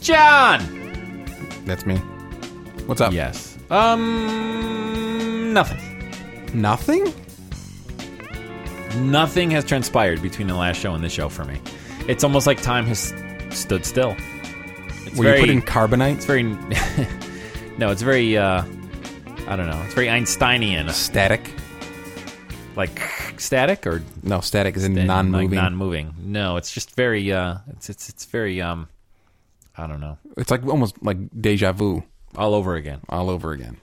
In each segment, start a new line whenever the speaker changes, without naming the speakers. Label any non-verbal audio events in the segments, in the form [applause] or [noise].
John.
That's me. What's up?
Yes. Um. Nothing.
Nothing?
Nothing has transpired between the last show and this show for me. It's almost like time has stood still. It's
Were
very,
you putting
[laughs]
carbonite?
It's very. no, it's very. uh I don't know. It's very Einsteinian,
Static?
like static or
No, static is in non-moving.
Like non-moving. No, it's just very. uh It's it's it's very. um I don't know.
it's like almost like deja vu
All over again.
all over again.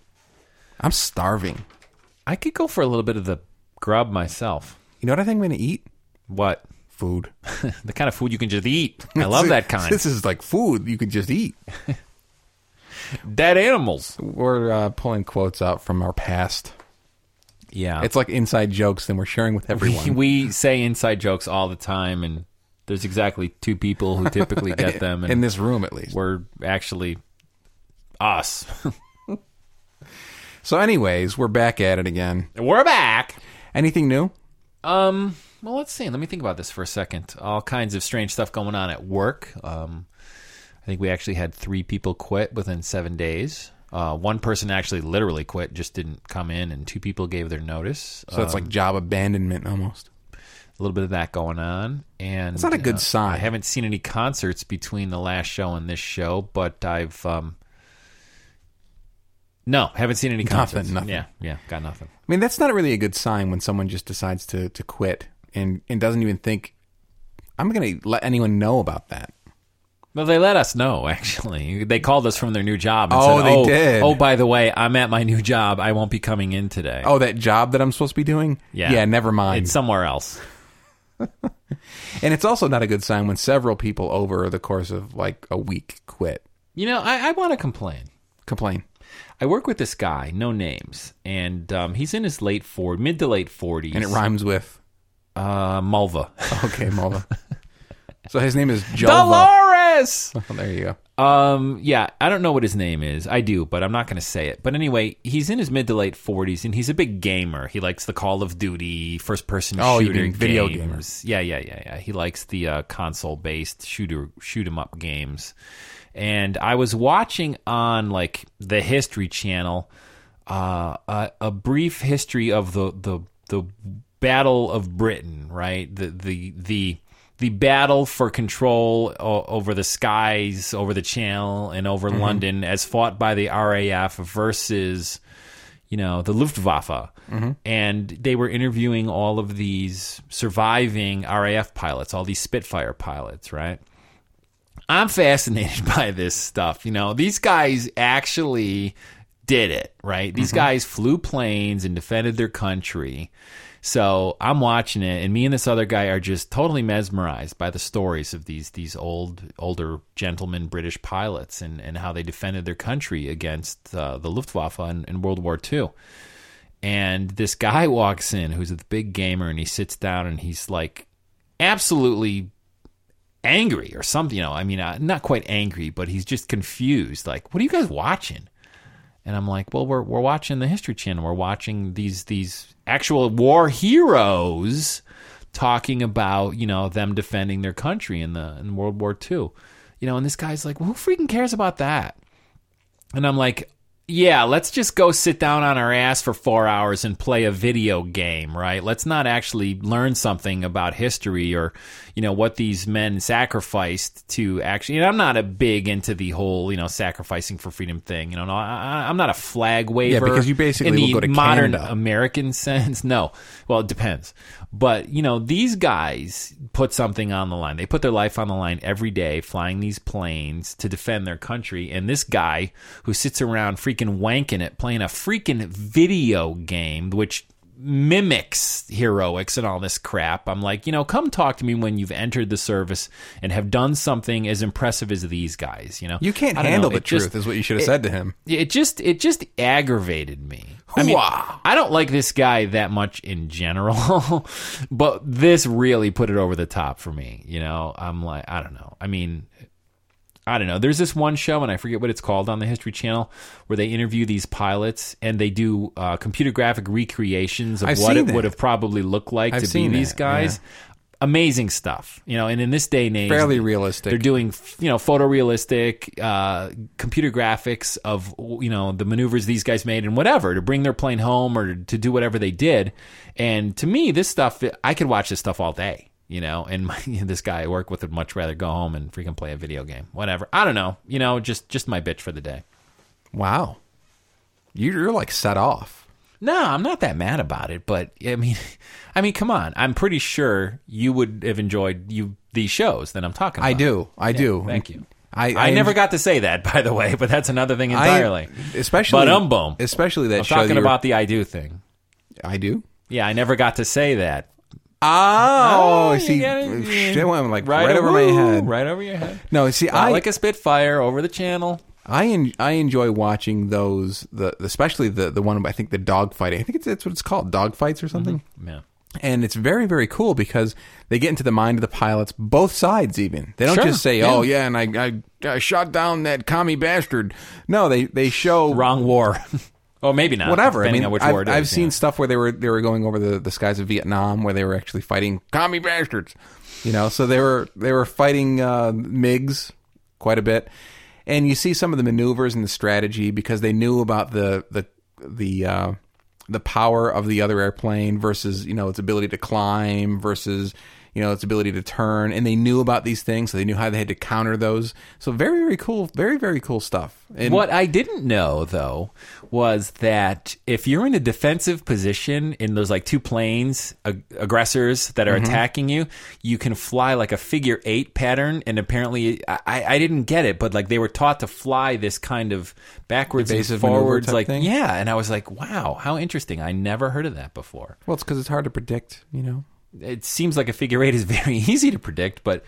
I'm starving.
I could go for a little bit of the grub myself.
You know what I think I'm gonna eat?
What? [laughs]
Food.
the kind of food you can just eat. I love that kind.
[laughs] This is like food you could just eat.
Dead animals.
We're uh, pulling quotes out from our past.
Yeah.
It's like inside jokes, and we're sharing with
we, [laughs]
everyone.
we say inside jokes all the time, and there's exactly two people who typically [laughs] get them, and
in this room, at least.
we're actually us. [laughs]
So, anyways, we're back at it again.
we're back.
Anything new?
Um. Well, let's see. Let me think about this for a second. All kinds of strange stuff going on at work. Um, I think we actually had three people quit within seven days. Uh, one person actually literally quit, just didn't come in, and two people gave their notice.
So it's like job abandonment almost.
a little bit of that going on, and it's
not a good sign.
I haven't seen any concerts between the last show and this show, but I've um, no, haven't seen any concerts.
nothing.
Yeah, yeah, got nothing.
I mean, that's not really a good sign when someone just decides to to quit and and doesn't even think I'm going to let anyone know about that.
Well, they let us know. [laughs] Actually, they called us from their new job. And
Oh,
said,
they
oh,
did.
Oh, by the way, I'm at my new job. I won't be coming in today.
Oh, that job that I'm supposed to be doing?
yeah,
Yeah, never mind.
It's somewhere else.
and it's also not a good sign when several people over the course of like a week quit.
You know, I, I want to complain.
Complain.
I work with this guy, no names, and um, he's in his late four, mid to late forties,
And it rhymes with
uh, Mulva.
Okay,
[laughs]
Mulva. so his name is [laughs] Jova.
Dolores.
there you go.
Um, yeah, I don't know what his name is. I do, but I'm not going to say it. But anyway, he's in his mid to late 40s, and he's a big gamer. He likes the Call of Duty first person
Oh, you
shooter
mean video
games. Yeah, yeah, yeah, yeah. He likes the uh, console based shooter shoot 'em up games. And I was watching on like the History Channel uh, a, a brief history of the the the Battle of Britain, right? The the the the battle for control o- over the skies, over the Channel, and over London, as fought by the RAF versus you know, the Luftwaffe. And they were interviewing all of these surviving RAF pilots, all these Spitfire pilots, right? I'm fascinated [laughs] by this stuff. You know, these guys actually did it, right? These guys flew planes and defended their country. So I'm watching it, and me and this other guy are just totally mesmerized by the stories of these these old older gentlemen British pilots and, and how they defended their country against uh, the Luftwaffe in, in World War II and this guy walks in who's a big gamer and he sits down and he's like absolutely angry or something you know i mean uh, not quite angry but he's just confused like what are you guys watching and i'm like well we're, we're watching the history channel we're watching these these actual war heroes talking about you know them defending their country in the in world war ii you know and this guy's like well, who freaking cares about that and I'm like, yeah, let's just go sit down on our ass for four hours and play a video game, right? Let's not actually learn something about history or, you know, what these men sacrificed to actually. And I'm not a big into the whole, you know, sacrificing for freedom thing. You know, no, I, I- I'm not a flag waver.
because you basically
in
will
the
go to
modern
Canada.
American [laughs] sense. No, well, it depends. But you know, these guys put something on the line. They put their life on the line every day, flying these planes to defend their country. And this guy who sits around freaking freaking wanking it playing a freaking video game, which mimics heroics and all this crap. I'm like, you know, come talk to me when you've entered the service and have done something as impressive as these guys. You know,
You can't
I don't know,
handle the
it just-
truth, is what you should have said to him.
it just it just aggravated me. I mean,
Hooah.
I don't like this guy that much in general, [laughs] but this really put it over the top for me. You know, I'm like, I don't know. I mean, I don't know. There's this one show, and I forget what it's called on the History Channel, where they interview these pilots and they do uh, computer graphic recreations of
I've
what
seen
it
that.
would have probably looked like
I've
to be
seen
these
that,
guys. Amazing stuff, you know. And in this day and age,
Fairly
they're
realistic.
doing you know photorealistic uh, computer graphics of you know the maneuvers these guys made and whatever to bring their plane home or to do whatever they did and to me this stuff i could watch this stuff all day you know and [laughs] my, this guy i work with would much rather go home and freaking play a video game whatever i don't know you know just just my bitch for the day
Wow. You- You're like set off.
no i'm not that mad about it but i mean [laughs] i mean come on i'm pretty sure you would have enjoyed you these shows that i'm talking about
I do. I do.
Uh, Thank you.
I,
I, never
enj-
got to say that, [laughs] by the way, but that's another thing
I-
entirely.
especially,
but um, boom.
Especially that
I'm
show.
talking
that you were-
about the I do thing.
I do.
Yeah, I never got to say that.
Oh,
you
see,
get it?
shit went like right, over my
woo,
head.
Right over your head.
No, see,
I
I
like a spitfire over the channel.
I en- I enjoy watching those the especially the the one I think the dog fighting. I think it's that's what it's called, dog fights or something.
Yeah.
And it's very very cool because they get into the mind of the pilots, both sides even. They don't
Sure,
just say,
yeah.
"Oh yeah," and I, I I shot down that commie bastard. No, they they show
Wrong war. [laughs] oh, maybe not.
whatever. I
Depending
mean,
on which
I've,
war it is.
I've
yeah.
seen stuff where they were they were going over the, the skies of Vietnam, where they were actually fighting commie bastards. You know, so they were they were fighting uh, MIGs quite a bit, and you see some of the maneuvers and the strategy because they knew about the the the uh, the power of the other airplane versus you know its ability to climb versus you know its ability to turn, and they knew about these things, so they knew how they had to counter those. So very very cool, very very cool stuff. And
What I didn't know though was that if you're in a defensive position in those like two planes, ag- aggressors that are
Mm-hmm.
attacking you, you can fly like a figure eight pattern. And apparently, I, I I didn't get it, but like they were taught to fly this kind of backwards and
Evasive maneuver
forwards,
type
like
thing?
yeah. And I was like, wow, how interesting! I never heard of that before.
well, it's because it's hard to predict, you know.
It seems like a figure eight is [laughs] very easy to predict, but.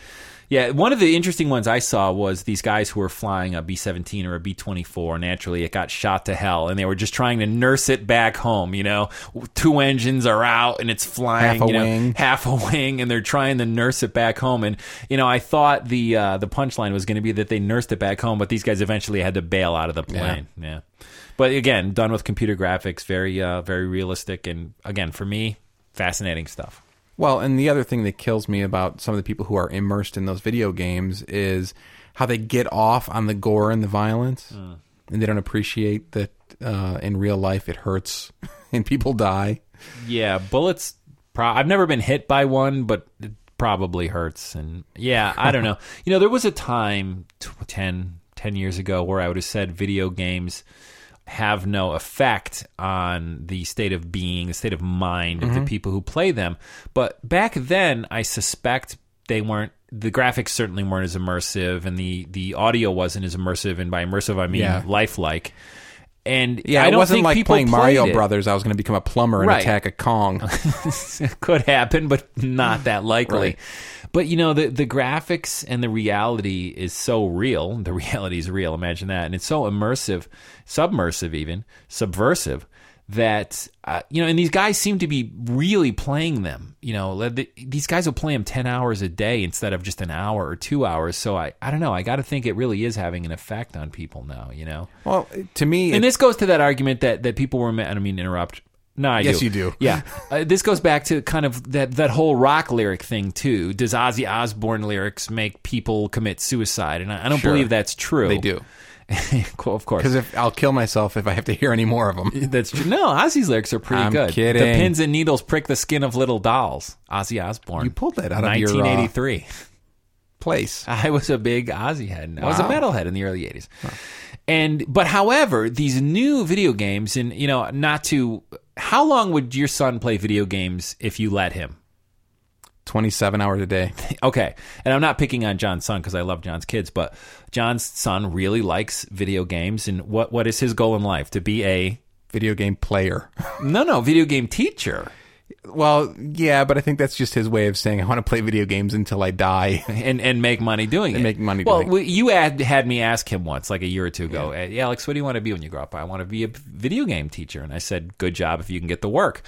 Yeah, one of the interesting ones I saw was these guys who were flying a B 17 or a B 24. Naturally, it got shot to hell, and they were just trying to nurse it back home. You know, two engines are out and it's flying,
Half a
you know,
wing.
half a wing, and they're trying to nurse it back home. And, you know, I thought the uh, the punchline was going to be that they nursed it back home, but these guys eventually had to bail out of the plane. Yeah. But again, done with computer graphics, very, uh, very realistic. And again, for me, fascinating stuff.
Well, and the other thing that kills me about some of the people who are immersed in those video games is how they get off on the gore and the violence,
Hmm.
and they don't appreciate that uh, in real life it hurts [laughs] and people die.
Yeah, bullets. Pro- I've never been hit by one, but it probably hurts. And yeah, I don't
[laughs]
know. You know, there was a time t- 10, 10 years ago where I would have said video games have no effect on the state of being, the state of mind
Mm-hmm.
of the people who play them. But back then, I suspect they weren't. The graphics certainly weren't as immersive, and the the audio wasn't as immersive. And by immersive, I mean
Yeah.
lifelike. And
Yeah,
I
it
don't
wasn't
think
like
people
playing
played
Mario
it.
Brothers. I was going to become a plumber and
Right.
attack
[laughs]
a Kong.
could happen, but not that likely.
Right.
But you know, the the graphics and the reality is so real. The [laughs] reality is real. Imagine that, and it's so immersive, submersive, even subversive. That uh, you know, and these guys seem to be really playing them. You know, let the- these guys will play them ten hours a day instead of just an hour or two hours. So I, I don't know. I got to think it really is having an effect on people now. You know,
well, to me,
and
it-
this goes to that argument that that people were. ma- I don't mean to interrupt. No, I
Yes,
do.
you do.
[laughs] Yeah, uh, this goes back to kind of that that whole rock lyric thing too. Does Ozzy Osbourne lyrics make people commit suicide? And I, I don't
Sure.
believe that's true. [laughs]
they do
Cool, of course.
because if I'll kill myself if I have to hear any more of them.
That's true. No, Ozzy's lyrics are pretty
I'm
good.
kidding.
The pins and needles prick the skin of little dolls. Ozzy Osbourne.
You pulled that out of your, uh,
1983.
Place.
[laughs] I was a big Ozzy head. and I was a metalhead in the early '80s. And but however, these new video games, and you know, not to how long would your son play video games if you let him?
27 hours a day.
[laughs] okay, and I'm not picking on John's son because I love John's kids, but John's son really likes video games. And what what is his goal in life? To be a
Video game player.
no no video game teacher.
Well, yeah, but I think that's just his way of saying I want to play video games until I die. [laughs]
[laughs] and and make money doing it.
make money
Well,
doing it.
we- you had had me ask him once, like a year or two ago, "Hey, Alex, what do you want to be when you grow up? I want to be a video game teacher. And I said, good job if you can get the work.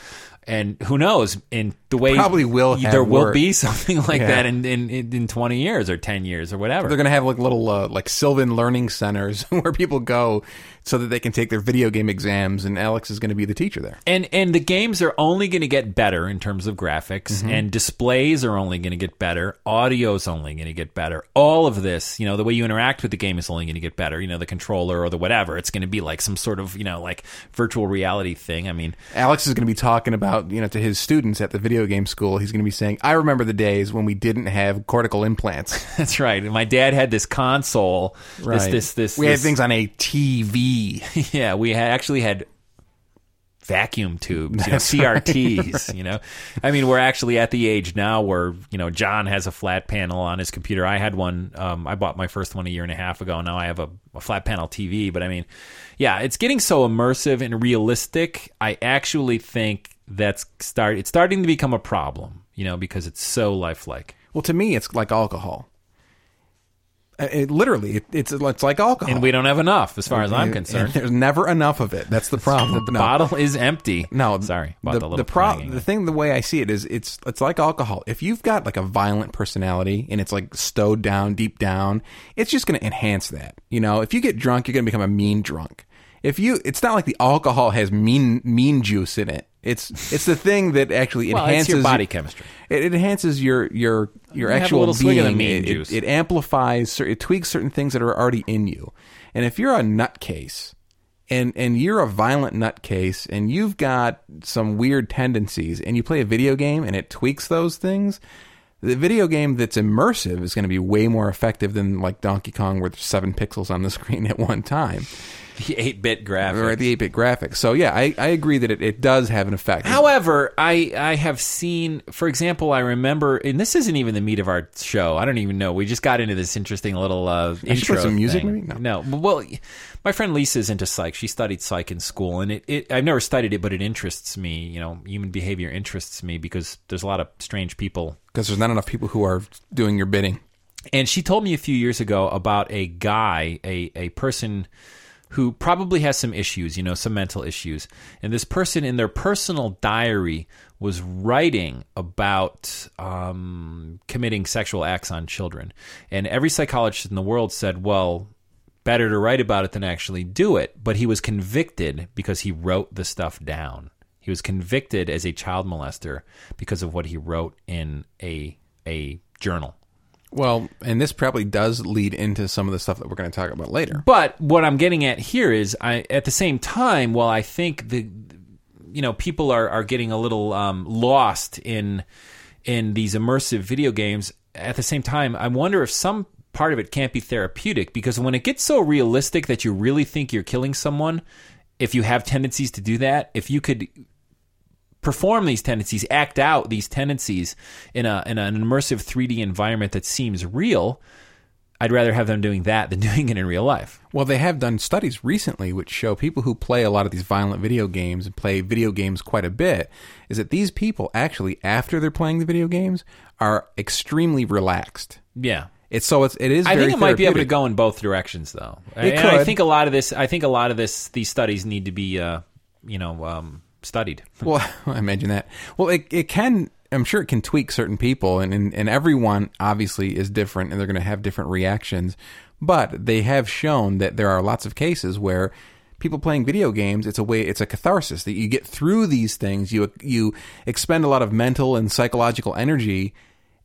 And who knows? In the way
Probably will have
there will
work.
be [laughs] something like
Yeah.
that in, in in in twenty years or ten years or whatever.
They're going to have like little uh, like Sylvan learning centers [laughs] where people go so that they can take their video game exams and Alex is going to be the teacher there.
and and the games are only going to get better in terms of graphics
Mm-hmm.
and displays are only going to get better audio's only going to get better all of this you know the way you interact with the game is only going to get better you know the controller or the whatever it's going to be like some sort of you know like virtual reality thing i mean [laughs]
Alex is going to be talking about, you know, to his students at the video game school. He's going to be saying, "I remember the days when we didn't have cortical implants.
that's right my dad had this console this this this [laughs]
we
this-
had things on a TV."
[laughs] yeah we had actually had vacuum tubes you know, crts you know i mean we're actually at the age now where you know john has a flat panel on his computer i had one um, i bought my first one a year and a half ago now i have a, a flat panel tv but i mean yeah it's getting so immersive and realistic i actually think that's start it's starting to become a problem you know because it's so lifelike
Well, to me, it's like alcohol. Uh, It, literally, it, it's it's like alcohol.
and we don't have enough as far as i'm
Oh, And- and [laughs]
concerned
there's never enough of it. That's the problem.
the
No.
bottle is empty
No,
[laughs] sorry about
the
the, little
the, pro-
clanging.
the thing, the way I see it is, it's it's like alcohol. If you've got like a violent personality and it's like stowed down deep down, it's just going to enhance that. You know, if you get drunk, you're going to become a mean drunk. If you, it's not like the alcohol has mean mean juice in it. It's it's the thing that actually
Well,
enhances
it's your body chemistry
It, it enhances your your
You
your
have a
actual
little
being.
swig of the mean
it,
juice.
It, it amplifies, cer- it tweaks certain things that are already in you. And if you're a nutcase, and and you're a violent nutcase, and you've got some weird tendencies, and you play a video game and it tweaks those things. The video game that's immersive is going to be way more effective than like Donkey Kong, where there's seven pixels on the [laughs] screen at one time,
eight bit graphic.
or the 8-bit graphics. So yeah, I, I agree that it, it does have an effect.
However, I I have seen, for example, I remember, and this isn't even the meat of our show. I don't even know. We just got into this interesting little uh,
I should
intro.
put some music,
thing.
maybe? No.
No. Well, my friend Lisa's into psych. She studied psych in school, and it, it I've never studied it, but it interests me. You know, human behavior interests me because there's a lot of strange people
because there's not enough people who are doing your bidding.
and she told me a few years ago about a guy, a a person who probably has some issues, you know, some mental issues. And this person in their personal diary was writing about um, committing sexual acts on children. And every psychologist in the world said, well, better to write about it than actually do it. But he was convicted because he wrote the stuff down. He was convicted as a child molester because of what he wrote in a a journal.
Well, and this probably does lead into some of the stuff that we're going to talk about later.
But what I'm getting at here is, I at the same time, while I think the, you know, people are are getting a little um, lost in in these immersive video games. At the same time, I wonder if some part of it can't be therapeutic because when it gets so realistic that you really think you're killing someone, if you have tendencies to do that, if you could perform these tendencies, act out these tendencies in a in an immersive 3D environment that seems real. I'd rather have them doing that than [laughs] doing it in real life.
Well, they have done studies recently which show people who play a lot of these violent video games and play video games quite a bit is that these people actually after they're playing the video games are extremely relaxed.
Yeah.
It's so it's it is
I
very
think it might be able to
therapeutic.
go in both directions, though.
It
And I
could.
think a lot of this. I think a lot of this. These studies need to be, uh, you know, um, studied.
[laughs] Well, I imagine that. Well, it it can. I'm sure it can tweak certain people, and and, and everyone obviously is different, and they're going to have different reactions. But they have shown that there are lots of cases where people playing video games it's a way it's a catharsis that you get through these things you you expend a lot of mental and psychological energy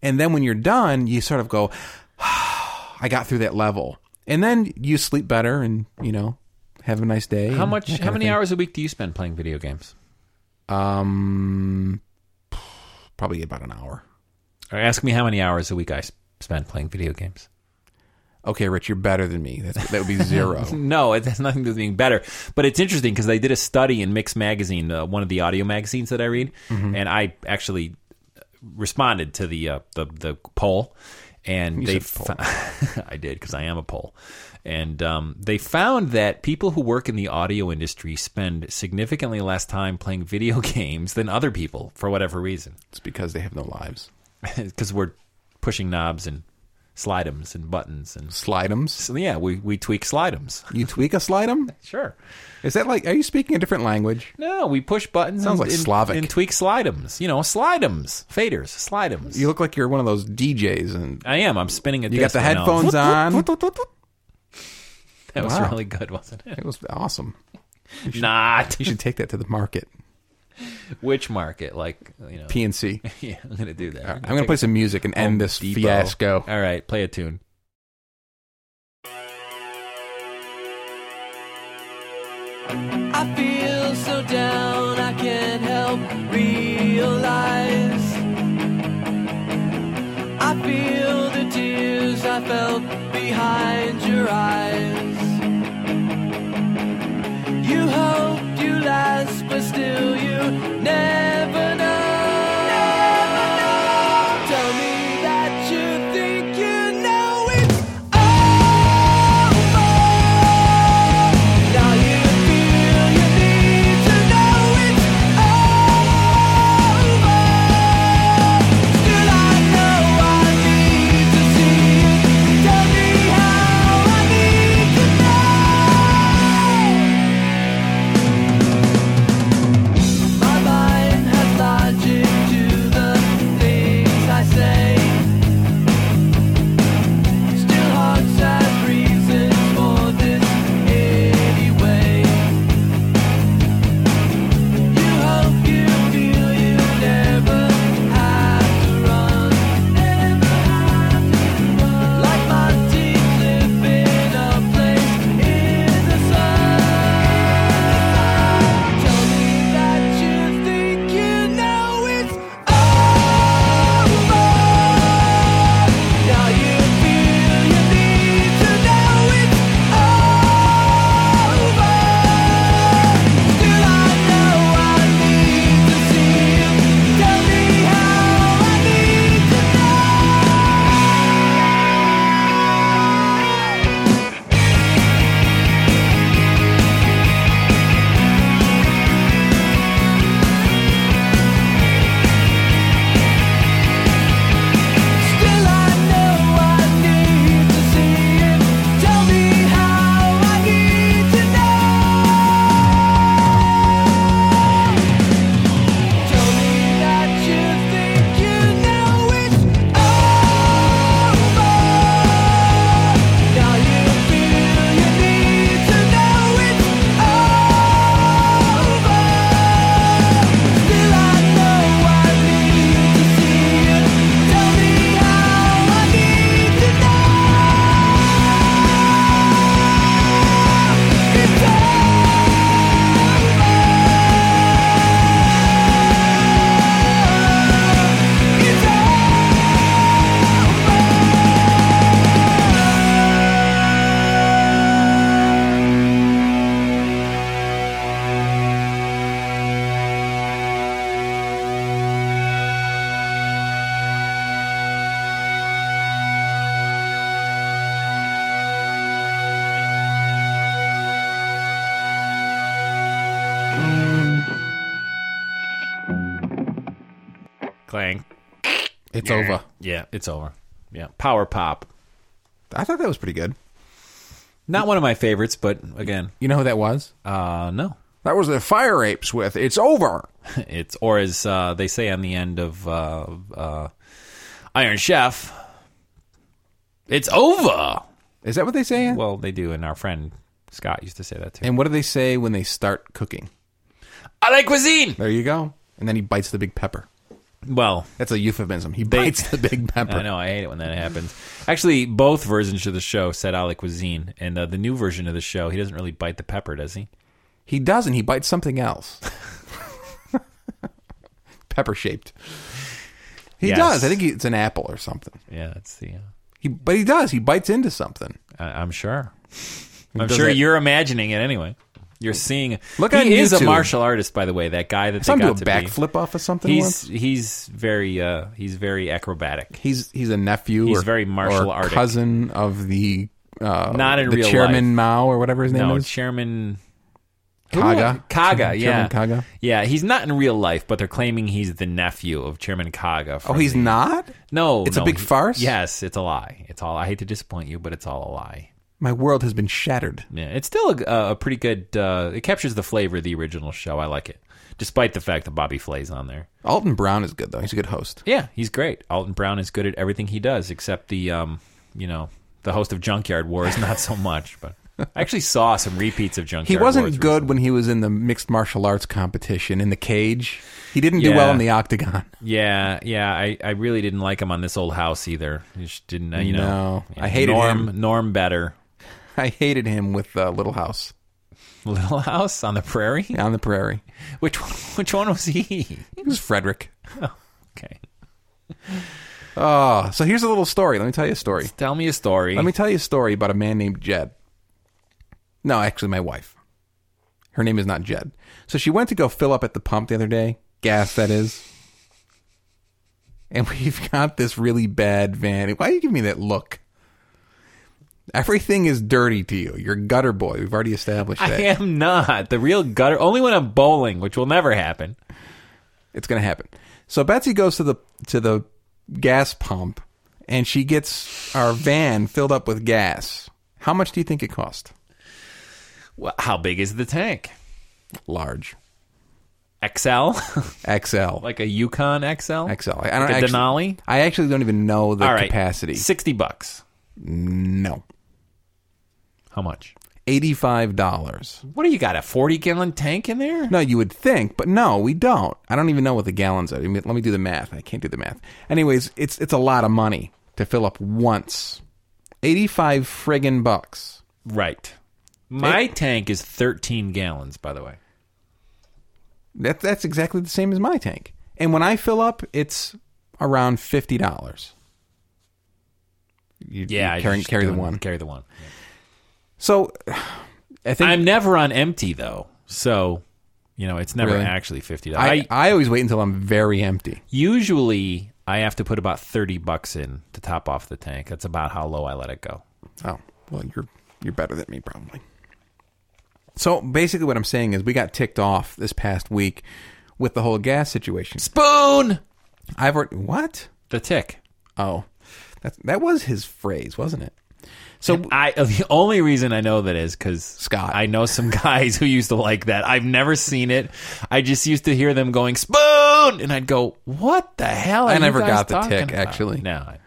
and then when you're done you sort of go "Ah, i got through that level and then you sleep better and you know have a nice day
How
and
much?
Hmm, that
How
kind of
many
thing.
hours a week do you spend playing video games?
um probably about an hour
Or ask me how many hours a week I s- spend playing video games.
okay, Rich, you're better than me. That's, that would
[laughs]
be zero.
No, it has nothing to do with being better. But it's interesting because they did
Mm-hmm.
a study in Mix Magazine, uh, one of the audio magazines that I read, and I actually responded to the uh, the the poll, and
You
they
said
fo- [laughs] I did because I am a poll, and um, they found that people who work in the audio industry spend significantly less time playing video [laughs] games than other people for whatever reason, [laughs]
It's because they have no lives.
because we're pushing knobs and slidems and buttons and
Slidems.
so yeah, we we tweak slidems.
You tweak a slidem?
Sure.
Is that like? Are you speaking a different language?
No, we push buttons.
Sounds
and,
like
and-
Slavic.
And tweak slidems. You know, slidems, faders, slidems.
You look like you're one of those DJs, and
I am. I'm spinning a.
you got the headphones on.
That was
Wow.
really good, wasn't it?
It was awesome.
Not
You should take that to the market.
which market? Like you know.
PNC.
[laughs] yeah, I'm gonna do that.
I'm going to play some music and end this
Depot.
fiasco.
All right, play a tune.
I feel so down, I can't help realize. I feel the tears I felt behind your eyes. You hoped you last, but still you never know. Tell me that you think you know it's over. Now you feel you need to know it's over. Still I know I need to see it. Tell me how I need to know. My mind has logic to the things I say. Still hard sad reasons for this anyway. You hope you feel you never have to run. Never have to run. Like my teeth live in a place in the sun. Tell me that you think you know it's over. Now you feel you need to know it's over. Still I know I need to see you. Tell me how I need to know. Still I know I need to see it. Tell me how I need to know. Tell me that you think you know it's over. Now you feel you need to know it's over. Still I know I need to see you. Tell me how I need to know. It's over. It's
Clang.
It's over.
Yeah, it's over. Yeah, power pop.
I thought that was pretty good.
Not one of my favorites, but again,
You know who that was?
uh, no. [laughs]
That was the Fire Apes with It's Over.
It's or as uh, they say on the end of uh, uh, Iron Chef, it's over.
Is that what they say?
Well, they do, and our friend Scott used to say that too.
and what do they say when they start cooking?
I like cuisine.
There you go. And then he bites the big pepper.
Well,
That's a euphemism. He bites the big
[laughs]
pepper.
I know I hate it when that happens. Actually, both versions of the show said "I like cuisine," and uh, the new version of the show, he doesn't really bite the pepper, does he?
He doesn't. He bites something else. [laughs] pepper shaped. He
Yes.
does. I think he, it's an apple or something.
Yeah, it's the. Uh,
He, but he does. He bites into something.
I, I'm sure. I'm
Does
sure
that-
you're imagining it anyway. You're seeing.
Look
he
on
is a
YouTube.
martial artist, by the way. That guy that they
Some do a
got to be.
backflip off of something.
He's
once.
he's very uh, he's very acrobatic.
he's he's a nephew.
He's
or,
very martial
or
artic.
cousin of the uh,
Not in
the
real
chairman
life.
Mao or whatever his name
No,
is.
Chairman
Kaga.
Kaga,
Chairman
yeah,
Kaga.
yeah. He's not in real life, but they're claiming he's the nephew of Chairman Kaga.
Oh,
from
he's
the-
not.
no.
It's a
no,
big
he-
farce?
Yes, it's a lie. It's all. I hate to disappoint you, but it's all a lie.
My world has been shattered.
Yeah, it's still a, a pretty good. Uh, it captures the flavor of the original show. I like it, despite the fact that Bobby Flay's on there.
Alton Brown is good though. He's a good host.
Yeah, he's great. Alton Brown is good at everything he does, except the, um, you know, the host of Junkyard Wars, not so much. But I actually saw some repeats of Junkyard.
He
Wars
wasn't good when he was in the mixed martial arts competition in the cage. He didn't do
Yeah.
well in the octagon. [laughs]
Yeah, yeah. I, I really didn't like him on this old house either. He just didn't, uh, you know.
No, I hated
Norm,
him.
Norm better. [laughs]
I hated him with uh, Little House
Little House on the Prairie. [laughs]
on the prairie.
Which one, which one was he?
It was Frederick.
Okay,
Oh, so here's a little story. Let me tell you a story.
tell me a story.
Let me tell you a story about a man named Jed. No, actually, my wife. Her name is not Jed. So she went to go fill up at the pump the other day, gas that is. And [laughs] we've got this really bad van. Why do you give me that look? Everything is dirty to you. You're gutter boy. We've already
[laughs]
established
I
that.
am not the real gutter. Only when I'm bowling, which will never happen.
It's gonna happen. So Betsy goes to the to the gas pump and she gets our van filled up with gas. How much do you think it cost?
Well, how big is the tank?
Large.
XL,
XL.
[laughs] like a Yukon XL,
XL. I don't
like a
actually,
Denali.
I actually don't even know the
All right,
capacity.
sixty bucks.
No.
How much?
Eighty-five dollars.
What do you got? A forty gallon tank in there?
No, you would think, but no, we don't. I don't even know what the gallons are. I mean, let me do the math. I can't do the math. Anyways, it's it's a lot of money to fill up once. Eighty-five friggin' bucks.
Right. My tank is thirteen gallons, by the way.
That that's exactly the same as my tank. And when I fill up, it's around fifty dollars. You,
Yeah, I
you carry,
just
carry the
don't
one.
Carry the one.
So, [sighs] I think
I'm never on empty though, so you know it's never
Really?
actually fifty dollars.
I, I always wait until I'm very empty.
usually I have to put about thirty bucks in to top off the tank. That's about how low I let it go.
Oh, well, you're you're better than me probably. So basically, what I'm saying is, we got ticked off this past week with the whole gas situation.
Spoon
I've already what?
the tick.
Oh, that that was his phrase, wasn't it? So
I [laughs] the only reason I know that is because
Scott.
I know some [laughs] guys who used to like that. I've never seen it. I just used to hear them going spoon, and I'd go, "What the hell?" Are
I
you
never
guys
got the
talking
tick,
about?"
actually.
No. I-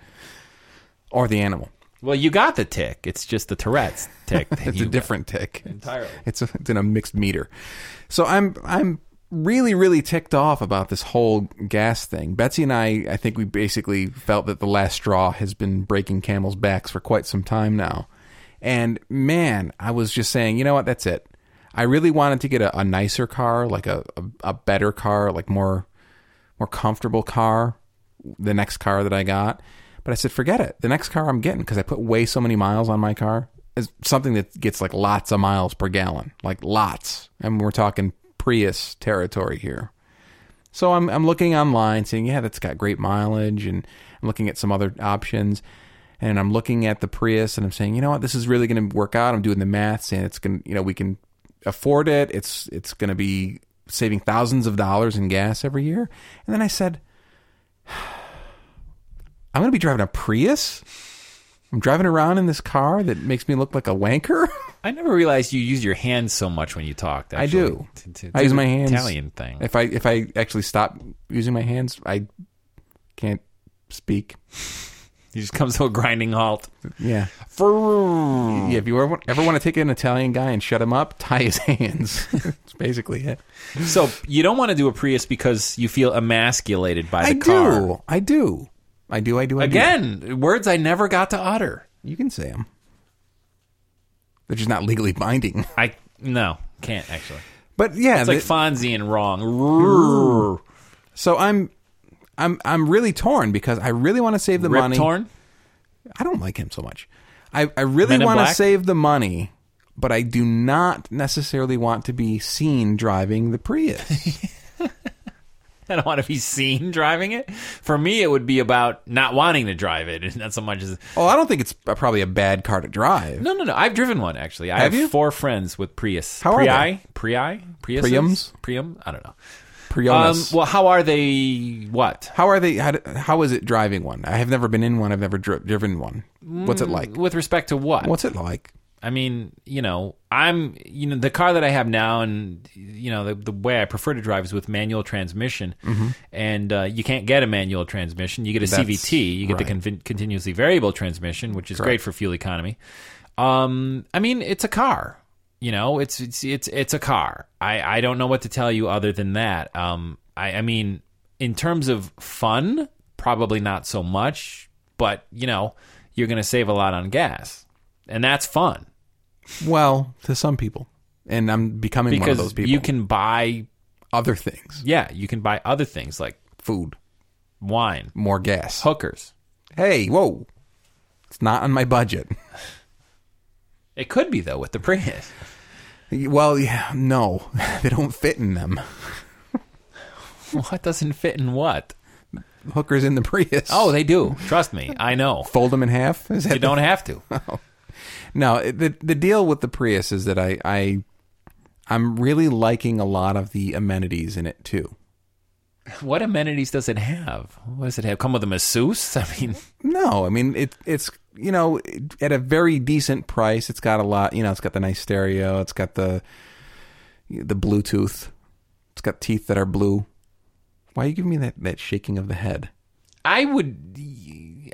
or the animal.
Well, you got the tick. It's just the Tourette's
[laughs]
tick. that
It's
you
a
got.
different tick
Entirely.
[laughs] It's a, it's in a mixed meter. So I'm I'm really really ticked off about this whole gas thing. Betsy and I I think we basically felt that the last straw has been breaking camels' backs for quite some time now. And man, I was just saying, you know what? That's it. I really wanted to get a, a nicer car, like a, a a better car, like more more comfortable car. The next car that I got, but I said, forget it. The next car I'm getting because I put way so many miles on my car is something that gets like lots of miles per gallon, like lots. And we're talking Prius territory here. So I'm I'm looking online, saying, yeah, that's got great mileage, and I'm looking at some other options, and I'm looking at the Prius, and I'm saying, you know what, this is really going to work out. I'm doing the maths, and it's going, to you know, we can afford it. It's it's going to be saving thousands of dollars in gas every year. And then I said, [sighs] I'm going to be driving a Prius. I'm driving around in this car that makes me look like a wanker. [laughs]
I never realized you use your hands so much when you talked.
I
actually.
do.
T- t-
I
it's
use
an
my hands.
Italian thing.
If I if I actually stop using my hands, I can't speak.
You just comes to a grinding
[laughs]
halt.
Yeah. Yeah, if you ever, ever want to take an Italian guy and shut him up, [laughs] tie his hands. That's basically it.
So you don't want to do a Prius because you feel emasculated by the
I
car.
do. I do. I do. I do. I do.
Again, words I never got to utter.
You can say them. They're just not legally binding. [laughs]
I no can't actually.
But yeah,
It's like
the-
Fonzie and wrong.
so I'm, I'm, I'm really torn because I really want to save the
Rip
money.
torn.
I don't like him so much. I, I really
Men in
want to
Black?
save the money but I do not necessarily want to be seen driving
[laughs]
the Prius.
[laughs] I don't want to be seen driving it. For me, it would be about not wanting to drive it, [laughs] and not so much as
oh, I don't think it's uh, probably a bad car to drive.
no, no, no. I've driven one actually. I
Have
have,
you?
four friends with Prius.
How are
Prii?
they?
Prii? Priuses?
Priums?
Prium? I don't know. Um,
Priones.
well, how are they? What?
how are they? How, do- how is it driving one? I have never been in one. I've never dri- driven one. What's it like?
With respect to what?
What's it like?
I mean, you know, I'm, you know, the car that I have now, and you know, the, the way I prefer to drive is with manual transmission, and uh, you can't get a manual transmission. You get a
Mm-hmm. That's
CVT, you get
right.
the con- continuously variable transmission, which is great
Correct.
for fuel economy. Um, I mean, it's a car. You know, it's it's it's it's a car. I I don't know what to tell you other than that. Um, I I mean, in terms of fun, probably not so much, but you know, you're going to save a lot on gas, and that's fun
Well, to some people, and I'm becoming one of
because
those people.
you can buy
other things,
yeah you can buy other things like
food,
wine
more gas.
hookers
Hey, whoa! It's not on my budget. [laughs]
it could be though with the prius
Well, yeah, no, [laughs] they don't fit in them.
[laughs] what doesn't fit in what
Hookers in the Prius.
oh they do trust me i know
fold them in half. Is that
you don't have
[laughs]
to
No, it- the the deal with the Prius is that I I I'm really liking a lot of the amenities in it too.
what amenities does it have what does it have come with a masseuse [laughs] i mean
No, I mean it it's you know it- at a very decent price. It's got a lot. You know, it's got the nice stereo. It's got the the Bluetooth. It's got teeth that are blue. Why are you giving me that, that shaking of the head?
i would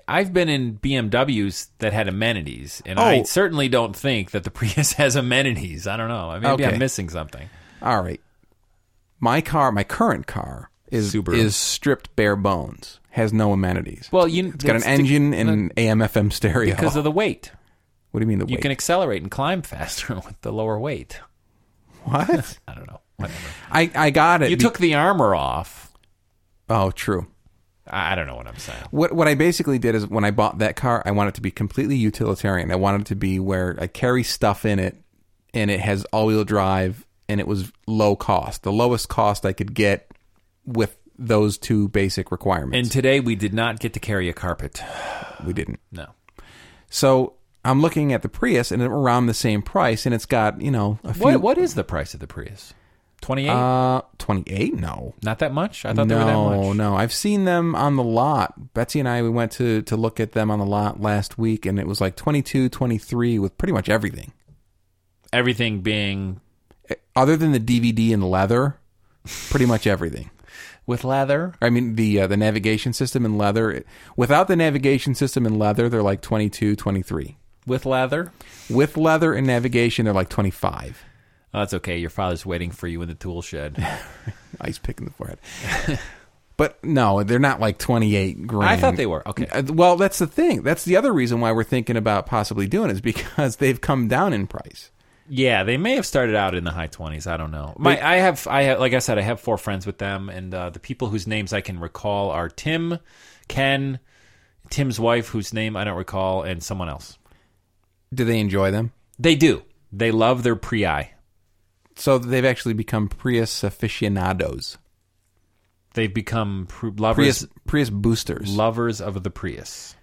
i've been in bmws that had amenities and i
Oh.
certainly don't think that the [laughs] prius has amenities i don't know maybe
Okay.
i'm missing something
All right. My car, my current car is
Subaru.
is stripped bare bones. Has no amenities.
well you
it's got an engine and an AM/FM stereo.
because of the weight
what do you mean the
you
weight?
can accelerate and climb faster [laughs] with the lower weight
What?
I don't know. Whatever.
I, I got it.
You
be-
took the armor off.
Oh, true.
I I don't know what I'm saying.
What what I basically did is when I bought that car, I wanted it to be completely utilitarian. I wanted it to be where I carry stuff in it, and it has all wheel drive, and it was low cost, the lowest cost I could get with those two basic
And
requirements.
today we did not get to carry a carpet.
we didn't.
No.
So I'm looking at the Prius, and it's around the same price, and it's got you know a few.
What what is the price of the Prius? Twenty eight?
Uh, twenty eight? No.
not that much? I thought
no,
they were that much.
no. I've seen them on the lot. Betsy and I we went to to look at them on the lot last week and it was like 22, 23 with pretty much everything.
Everything being
Other than the DVD and leather, pretty much everything.
with leather.
I mean the uh, the navigation system and leather. It- Without the navigation system and leather, they're like 22, 23.
With leather?
With leather and navigation, they're like 25.
Oh, that's okay. Your father's waiting for you in the tool shed.
Ice pick in the forehead.
[laughs]
but no, they're not like 28 grand.
I thought they were. Okay.
Uh, Well, that's the thing. That's the other reason why we're thinking about possibly doing it is because [laughs] they've come down in price.
Yeah, they may have started out in the high twenties. I don't know. My, I have, I have, like I said, I have four friends with them, and uh, the people whose names I can recall are Tim, Ken, Tim's wife, whose name I don't recall, and someone else.
Do they enjoy them?
They do. They love their Prii.
So they've actually become Prius aficionados,
They've become pr- lovers,
Prius Prius boosters,
lovers of the Prius.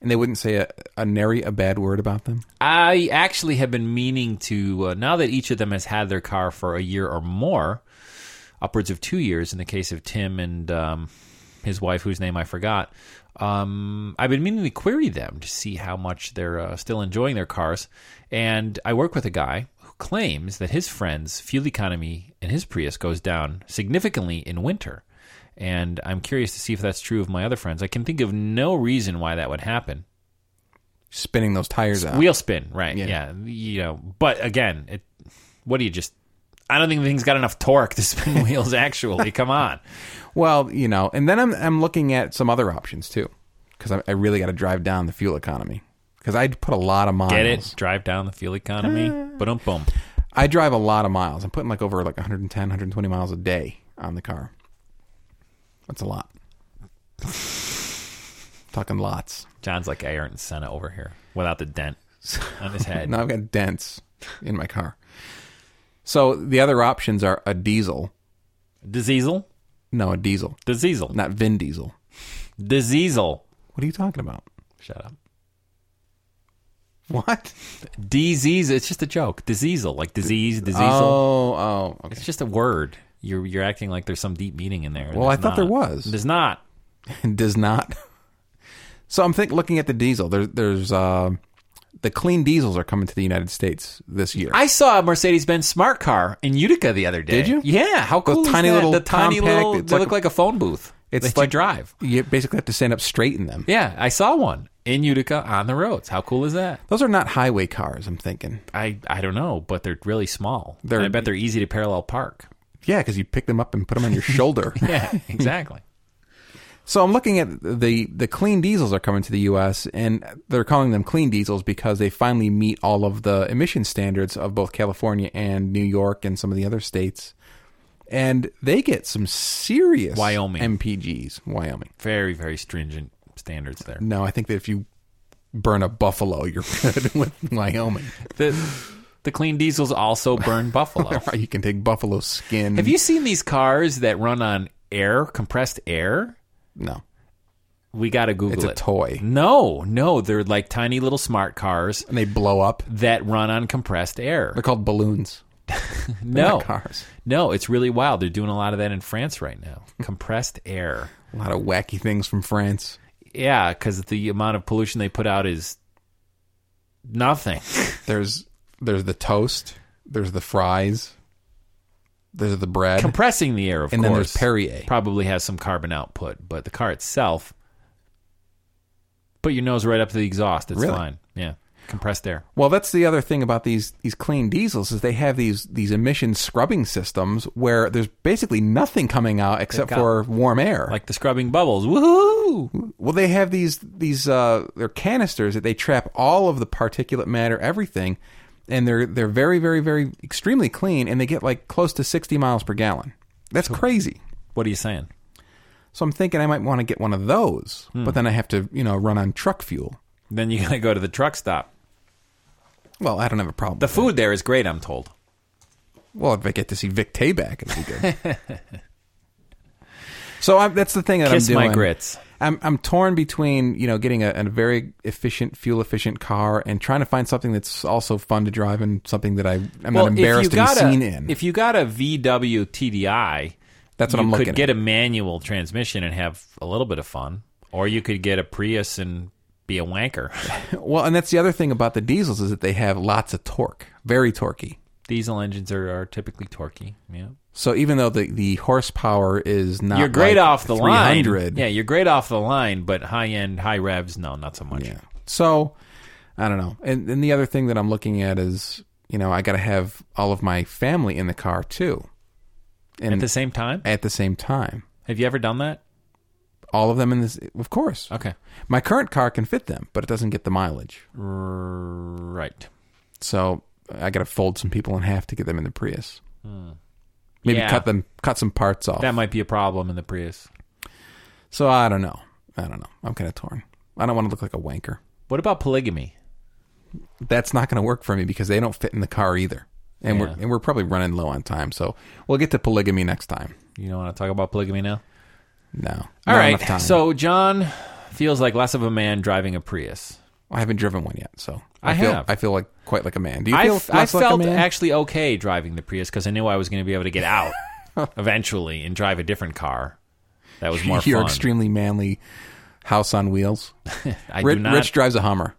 and they wouldn't say a, a nary a bad word about them.
I actually have been meaning to, uh, now that each of them has had their car for a year or more, upwards of two years in the case of Tim and um, his wife, whose name I forgot, um, I've been meaning to query them to see how much they're uh, still enjoying their cars. And I work with a guy who claims that his friend's fuel economy in his Prius goes down significantly in winter. And I'm curious to see if that's true of my other friends. I can think of no reason why that would happen
Spinning those tires out.
wheel spin, right?
Yeah.
Yeah. you know. But again, it. What do you just? I don't think the thing's got enough torque to [laughs] spin wheels. Actually, come on.
Well, you know, and then I'm I'm looking at some other options too, because I, I really got to drive down the fuel economy. Because I put a lot of miles.
Get it? Drive down the fuel economy.
Ah.
Boom, boom.
I drive a lot of miles. I'm putting like over like 110, 120 miles a day on the car. That's a lot. Talking lots. [laughs]
John's like Ayrton Senna over here without the dent on his head.
Now I've got dents. in my car. So the other options are a diesel.
Diseasel?
No, a diesel,
Diseasel.
not Vin Diesel.
Diseasel.
What are you talking about?
Shut up.
What?
Disease. It's just a joke. Diseasel. Like disease, diseasel.
Oh, [laughs] oh, okay.
It's just a word. You're you're acting like there's some deep meaning in there.
Well, I
There's
thought there
not.
was.
There's not.
does not. So I'm think looking at the diesel. There's there's uh, the clean diesels are coming to the United States this year.
I saw a Mercedes Benz smart car in Utica the other day.
Did you?
Yeah. How
Those
cool! is
tiny
that?
little
the tiny
compact-
little.
it's
They
like-
look like a phone booth.
It's
that you
like-
drive.
You basically have to stand up straight in them.
Yeah, I saw one in Utica on the roads. How cool is that?
Those are not highway cars. I'm thinking.
I I don't know, but they're really small.
They're-
And I bet they're easy to parallel
[laughs]
park.
Yeah, because you pick them up and put them on [laughs] your shoulder.
Yeah, exactly.
So I'm looking at the the clean diesels are coming to the U.S. and they're calling them clean diesels because they finally meet all of the emission standards of both California and New York and some of the other states, and they get some serious
Wyoming.
MPGs. Wyoming.
very very stringent standards there.
No, I think that if you burn a buffalo, you're [laughs] good with Wyoming.
The the clean diesels also burn
[laughs]
buffalo.
You can take buffalo skin.
Oh. Have you seen these cars that run on air, compressed air?
No,
We got to Google
it's a
it.
toy,
No, no, they're like tiny little smart cars
and they blow up.
that run on compressed air.
They're called balloons. They're
No,
not cars.
no, it's really wild. They're doing a lot of that in France right
[laughs]
now. compressed air.
A lot of wacky things from France.
Yeah, because the amount of pollution they put out is
[laughs]
nothing.
There's there's the toast. There's the fries. There's the bread.
Compressing the air, of
And then
course,
there's Perrier.
probably has some carbon output, but the car itself, put your nose right up to the exhaust. It's
Really?
fine. Yeah, compressed air.
Well, that's the other thing about these these clean diesels is they have these these emission scrubbing systems where there's basically nothing coming out except
got-
for warm air.
like the scrubbing bubbles. Woohoo!
Well, they have these these uh, they're canisters that they trap all of the particulate matter, everything, and they're they're very very very extremely clean, and they get like close to sixty miles per gallon. That's crazy.
What are you saying?
So I'm thinking I might want to get one of those,
Hmm.
but then I have to you know run on truck fuel.
Then you [laughs] gotta go to the truck stop.
Well, I don't have a problem.
The
with
food there is great, I'm told.
that. well, if I get to see Vic Tay back, it'll be good.
[laughs]
so I'm, that's the thing that
Kiss
I'm
my
doing.
grits.
I'm I'm torn between you know getting a, a very efficient, fuel efficient car and trying to find something that's also fun to drive and something that I I'm not embarrassed to be
got
seen
a,
in.
If you got a VW TDI,
that's what
you
I'm looking
could get
at.
a manual transmission and have a little bit of fun, or you could get a Prius and be a wanker. [laughs]
Well, and that's the other thing about the diesels is that they have lots of torque, very torquey.
Diesel engines are, are typically torquey. Yeah,
So even though the, the horsepower is not
you're great
like
off the
300,
line. Yeah, you're great off the line, but high end, high revs, no, not so much.
Yeah. So I don't know. And and the other thing that I'm looking at is you know I got to have all of my family in the car too, and
At the same time,
at the same time,
have you ever done that?
all of them in this. Of course,
Okay,
My current car can fit them, but it doesn't get the mileage.
right.
So I got to fold some people in half to get them in the Prius. Maybe
Hmm. Yeah.
cut them, cut some parts off.
That might be a problem in the Prius.
so I don't know. I don't know. I'm kind of torn. I don't want to look like a wanker.
What about polygamy?
That's not going to work for me because they don't fit in the car either, and we're
Yeah.
and we're probably running low on time. So we'll get to polygamy next time.
You don't want to talk about polygamy now?
No,
All
not
right.
enough time.
So John feels like less of a man driving a Prius.
I haven't driven one yet, so
I
feel,
have.
I feel like quite like a man. Do you
I,
feel
f- I
less like a
felt
man?
actually okay driving the Prius because I knew I was going to be able to get
[laughs]
out eventually and drive a different car. That
[laughs]
was more
You're
fun.
extremely manly. House on wheels.
I
Rich,
do not.
Rich drives
[laughs]
a Hummer.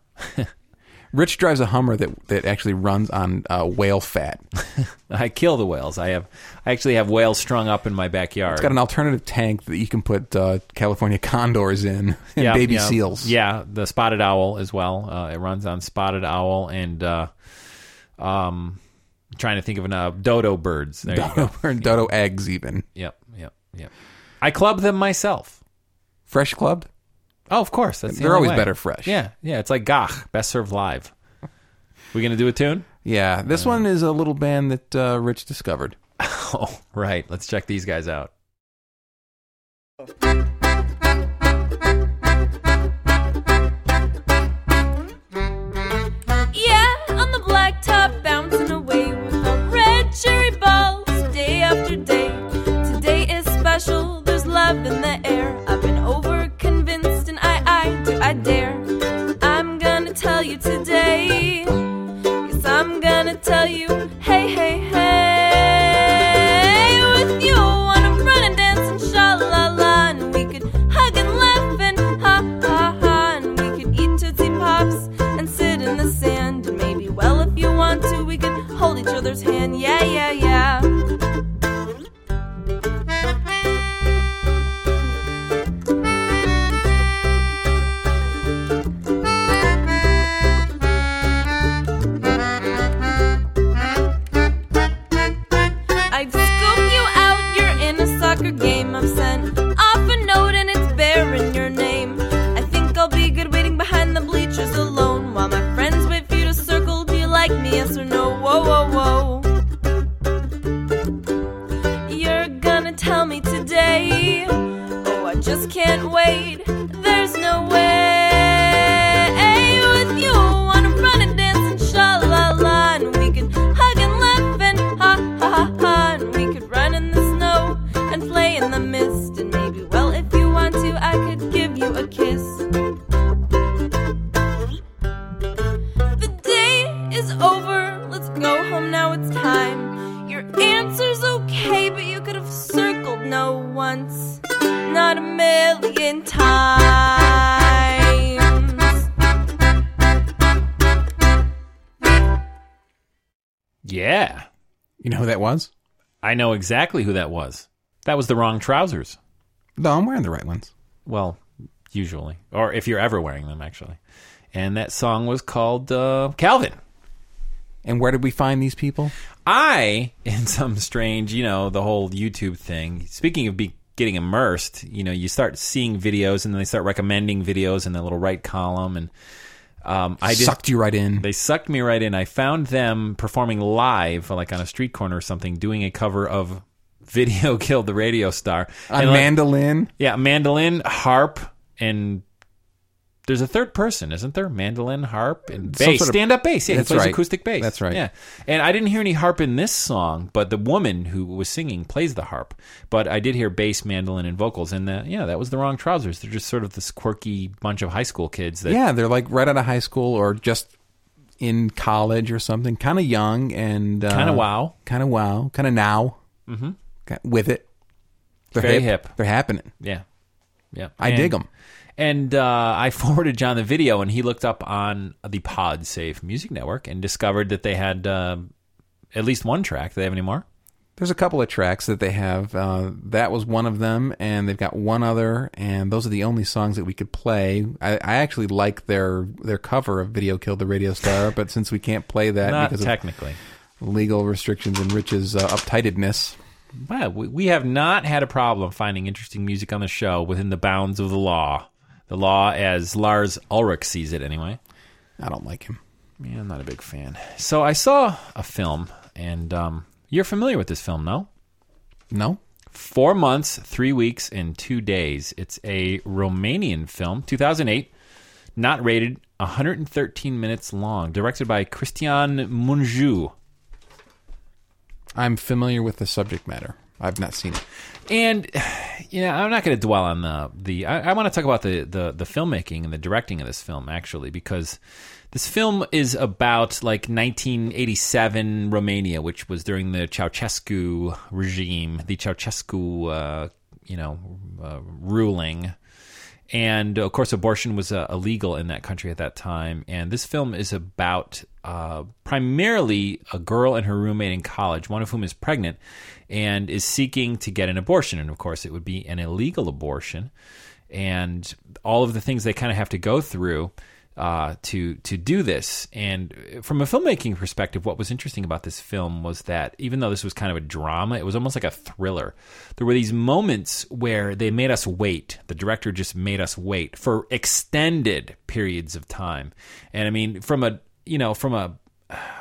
Rich drives a Hummer that that actually runs on uh, whale fat. It's
[laughs] I kill the whales. I have. I actually have whales strung up in my backyard.
got an alternative tank that you can put uh, California [laughs] condors in [laughs] and
Yeah,
baby
yeah.
seals.
Yeah, the spotted owl as well. Uh, it runs on spotted owl and uh, um, trying to think of an uh, dodo birds. There you
dodo,
go.
[laughs] or dodo eggs even.
Yep, yep, yep. I club them myself.
Fresh club.
Oh, of course. That's the
They're
only
always
way.
better fresh.
Yeah, yeah. It's like Gach, best served live. We gonna do a tune?
Yeah, this one is a little band that uh, Rich discovered.
[laughs] Oh, right. Let's check these guys out.
Yeah, on the blacktop, bouncing love in the air. I've been overconvinced, and I, I, do I dare? I'm gonna tell you today. Yes, I'm gonna tell you, hey, hey, hey. With you, I wanna run and dance and sha la la, and we could hug and laugh and ha ha ha, and we could eat tootsie pops and sit in the sand, and maybe, well, if you want to, we could hold each other's hand, yeah, yeah, yeah. I'd scoop you out, you're in a soccer game. I've sent off a note and it's bearing your name. I think I'll be good waiting behind the bleachers alone while my friends wait for you to circle. Do you like me, yes or no? Whoa, whoa, whoa. You're gonna tell me today. Oh, I just can't wait. There's no way with you. Wanna run and dance and sha la la, and we could hug and laugh and ha ha ha ha, and we could run in the snow and play in the mist, and maybe, well, if you want to, I could give you a kiss. The day is over. Let's go home now. It's time. Your answer's okay, but you could have circled no once, not a million times.
Yeah.
You know who that was?
I know exactly who that was. That was the wrong trousers.
No, I'm wearing the right ones.
Well, usually. Or if you're ever wearing them, actually. And that song was called uh, Calvin.
And where did we find these people?
I, [laughs] in some strange, you know, the whole YouTube thing. Speaking of be getting immersed, you know, you start seeing videos, and then they start recommending videos in the little right column, and um, I just
Sucked you right in.
they sucked me right in. I found them performing live, like on a street corner or something, doing a cover of "Video [laughs] Killed the Radio Star."
on
And, like,
mandolin.
yeah, mandolin, harp, and there's a third person, isn't there? Mandolin, harp, and
Some
bass.
sort of-
Stand up bass. Yeah,
That's
he plays
right.
acoustic bass.
That's right.
Yeah. And I didn't hear any harp in this song, but the woman who was singing plays the harp. But I did hear bass, mandolin, and vocals. And the, yeah, that was the wrong trousers. They're just sort of this quirky bunch of high school kids that
yeah, they're like right out of high school or just in college or something. Kind of young and uh,
kind of wow.
kind of wow, kind of now mm-hmm. with it. They're
Very hip.
They're happening.
Yeah. Yeah.
I dig 'em. dig them.
And uh, I [laughs] forwarded John the video, and he looked up on the PodSafe Music Network and discovered that they had uh, at least one track. Do they have any more?
There's a couple of tracks that they have. Uh, that was one of them, and they've got one other, and those are the only songs that we could play. I, I actually like their their cover of "Video Killed the
[laughs]
Radio Star," but since we can't play that
Not
because
technically.
of legal restrictions and Rich's uh, uptightedness,
Wow, we, we have not had a problem finding interesting music on the show within the bounds of the law. The law, as Lars Ulrich sees it, anyway.
I don't like him.
Yeah, I'm not a big fan. So I saw a film, and um, you're familiar with this film, no?
No,
Four months, three weeks, and two days. It's a Romanian film, 2008, not rated, 113 minutes long, directed by Christian Munju.
I'm familiar with the subject matter. I've not seen it.
And [sighs] you know, I'm not going to dwell on the the. I, I want to talk about the, the the filmmaking and the directing of this film actually, because this film is about like 1987 Romania, which was during the Ceausescu regime, the Ceausescu uh, you know uh, ruling. And of course, abortion was uh, illegal in that country at that time. And this film is about uh, primarily a girl and her roommate in college, one of whom is pregnant and is seeking to get an abortion. And of course, it would be an illegal abortion. And all of the things they kind of have to go through uh, to to do this. And from a filmmaking perspective, what was interesting about this film was that even though this was kind of a drama, it was almost like a thriller. There were these moments where they made us wait. The director just made us wait for extended periods of time. And I mean, from a you know from a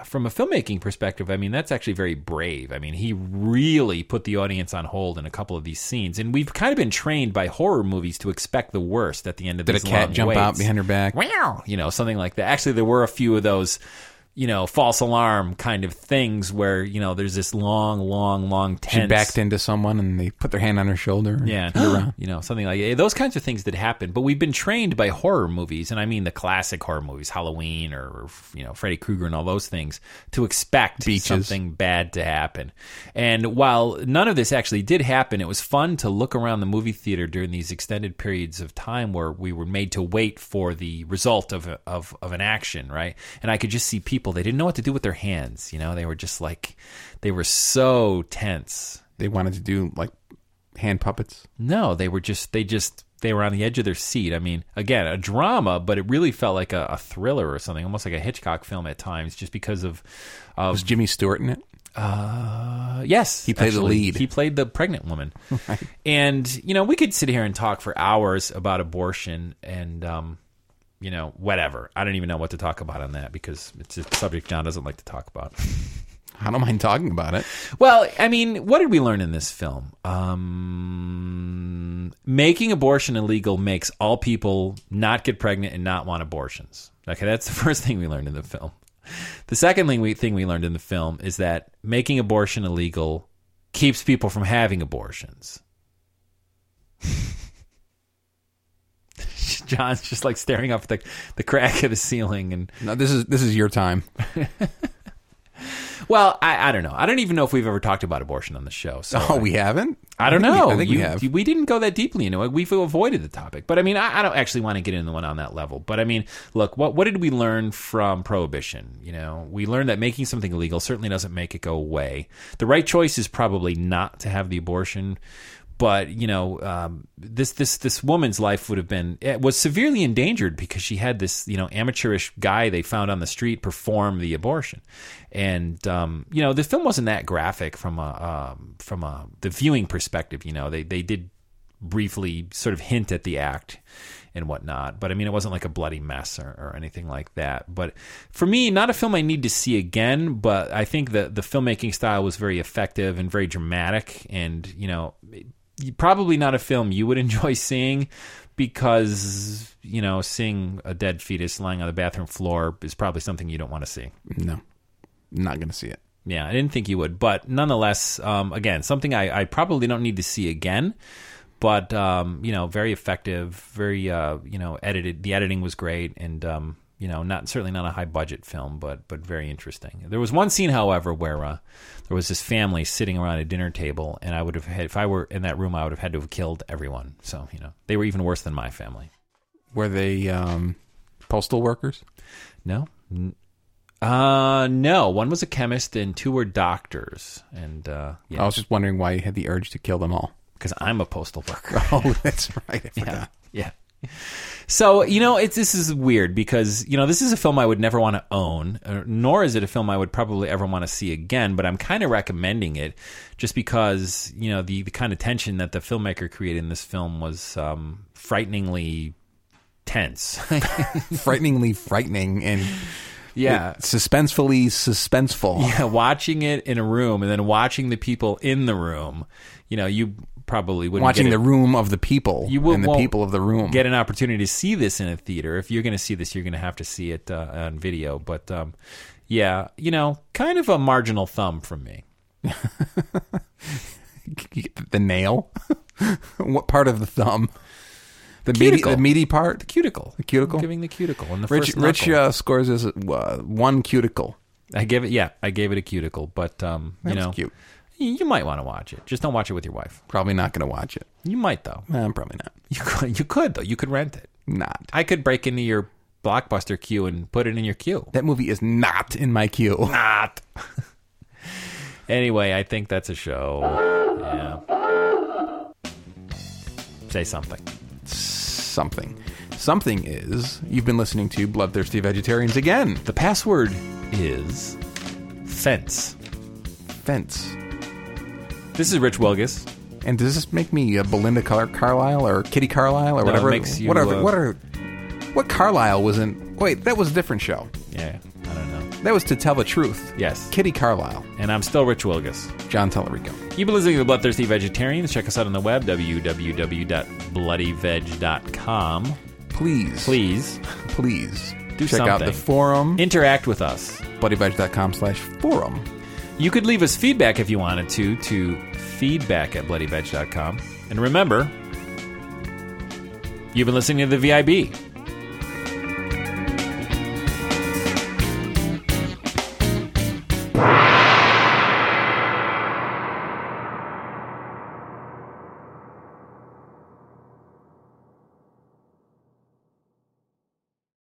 from a filmmaking perspective, I mean, that's actually very brave. I mean, he really put the audience on hold in a couple of these scenes. And we've kind of been trained by horror movies to expect the worst at the end of
Did a
these
cat
long
jump out
waits.
behind her back?
Wow, you know, something like that. Actually, there were a few of those you know, false alarm kind of things where, you know, there's this long, long, long tense.
She backed into someone and they put their hand on her shoulder. and
Yeah,
turned around.
you know, something like yeah, those kinds of things that happen. But we've been trained by horror movies, and I mean the classic horror movies, Halloween or you know Freddy Krueger and all those things, to expect
Beaches.
something bad to happen. And while none of this actually did happen, it was fun to look around the movie theater during these extended periods of time where we were made to wait for the result of a- of of an action, right? And I could just see people they didn't know what to do with their hands. You know, they were just like they were so tense.
They wanted to do like hand puppets.
No, they were just they just they were on the edge of their seat. I mean, again, a drama, but it really felt like a, a thriller or something, almost like a Hitchcock film at times, just because of of
Was Jimmy Stewart in it?
uh, yes, he
played the lead.
He played the pregnant
[laughs]
woman, and you know we could sit here and talk for hours about abortion and um, you know whatever. I don't even know what to talk about on that because it's a subject John doesn't like to talk about. [laughs]
I don't mind talking about it.
Well, I mean, what did we learn in this film? Um, making abortion illegal makes all people not get pregnant and not want abortions. Okay, that's the [laughs] first thing we learned in the film. The second thing we thing we learned in the film is that making abortion illegal keeps people from having abortions. [laughs] John's just like staring up at the the crack of the ceiling and
No, this is this is your time.
well, I, I don't know. I don't even know if we've ever talked about abortion on the show.
[laughs]
So
[laughs] Oh, we haven't.
I don't
think
know.
We, I think
You-
we have.
We didn't go that deeply into it. We've avoided the topic, but I mean, I, I don't actually want to get into one on that level. But I mean, look, what what did we learn from prohibition? You know, we learned that making something illegal certainly doesn't make it go away. The right choice is probably not to have the abortion. But you know, um, this this this woman's life would have been it was severely endangered because she had this you know amateurish guy they found on the street perform the abortion, and um, you know the film wasn't that graphic from a um, from a the viewing perspective. You know they they did briefly sort of hint at the act and whatnot. But I mean, it wasn't like a bloody mess or, or anything like that. But for me, not a film I need to see again. But I think that the filmmaking style was very effective and very dramatic, and you know, probably not a film you would [laughs] enjoy seeing because you know seeing a dead fetus lying on the bathroom floor is probably something you don't want to see.
No, not going to see it.
Yeah, I didn't think you would, but nonetheless, um, again, something I, I probably don't need to see again. But um, you know, very effective, very uh, you know, edited. The editing was great, and um, you know, not certainly not a high budget film, but but very interesting. There was one scene, however, where uh, there was this family sitting around a dinner table, and I would have had if I were in that room, I would have had to have killed everyone. So you know, they were even worse than my family.
Were they um, postal workers?
No. N- Uh no, one was a chemist and two were doctors and uh yeah.
I was just wondering why you had the urge to kill them all.
because I'm a postal worker.
[laughs]
[laughs]
Oh, that's right. I forgot.
Yeah. yeah. So you know, it's this is weird because you know this is a film I would never want to own, uh, nor is it a film I would probably ever want to see again. But I'm kind of recommending it just because you know the the kind of tension that the filmmaker created in this film was um, frighteningly tense. [laughs]
Frighteningly frightening and
yeah.
suspensefully suspenseful.
[laughs] Yeah, watching it in a room and then watching the people in the room, you know, you probably wouldn't
Watching
get
the
it.
room of the people
you will,
and the
won't
people of the room.
get an opportunity to see this in a theater. If you're going to see this, you're going to have to see it uh, on video. But um, yeah, you know, kind of a marginal thumb from me.
You [laughs] get the nail. [laughs] what part of the thumb? The meaty,
Cuticle.
the meaty part. The
Cuticle, the
cuticle?
giving the cuticle, and the
Rich,
first
Rich
knuckle.
uh, scores as uh, one cuticle.
I give it, yeah, I gave it a cuticle, but um, you
That's
know,
cute.
y- you might want to watch it. Just don't watch it with your wife.
Probably not going to watch it.
You might though. [laughs]
No, I'm probably not.
You could, you could though. You could rent it.
Not.
I could break into your blockbuster queue and put it in your queue.
That movie is not in my queue.
not. anyway, I think that's a show. Yeah. Say something.
Something. Something is. You've been listening to Bloodthirsty Vegetarians again.
The password is fence.
Fence.
This is Rich Wilgus.
And does this make me uh, Belinda Car- Carlisle or Kitty Carlisle or
it
whatever?
makes you,
whatever.
uh,
what are? What Carlisle was in? Wait, that was a different show.
Yeah, I don't know.
That was to tell the truth.
Yes.
Kitty Carlisle,
And I'm still Rich Wilgus.
John Tellerico.
You've been listening to The Bloodthirsty Vegetarians. Check us out on the web, www.bloodyveg.com.
Please,
Please
please
do Do
Check out
something.
the forum,
Interact with us.
buddybadge.com slash forum.
You could leave us feedback if you wanted to, to feedback at bloodyveg.com. And remember, you've been listening to the VIB.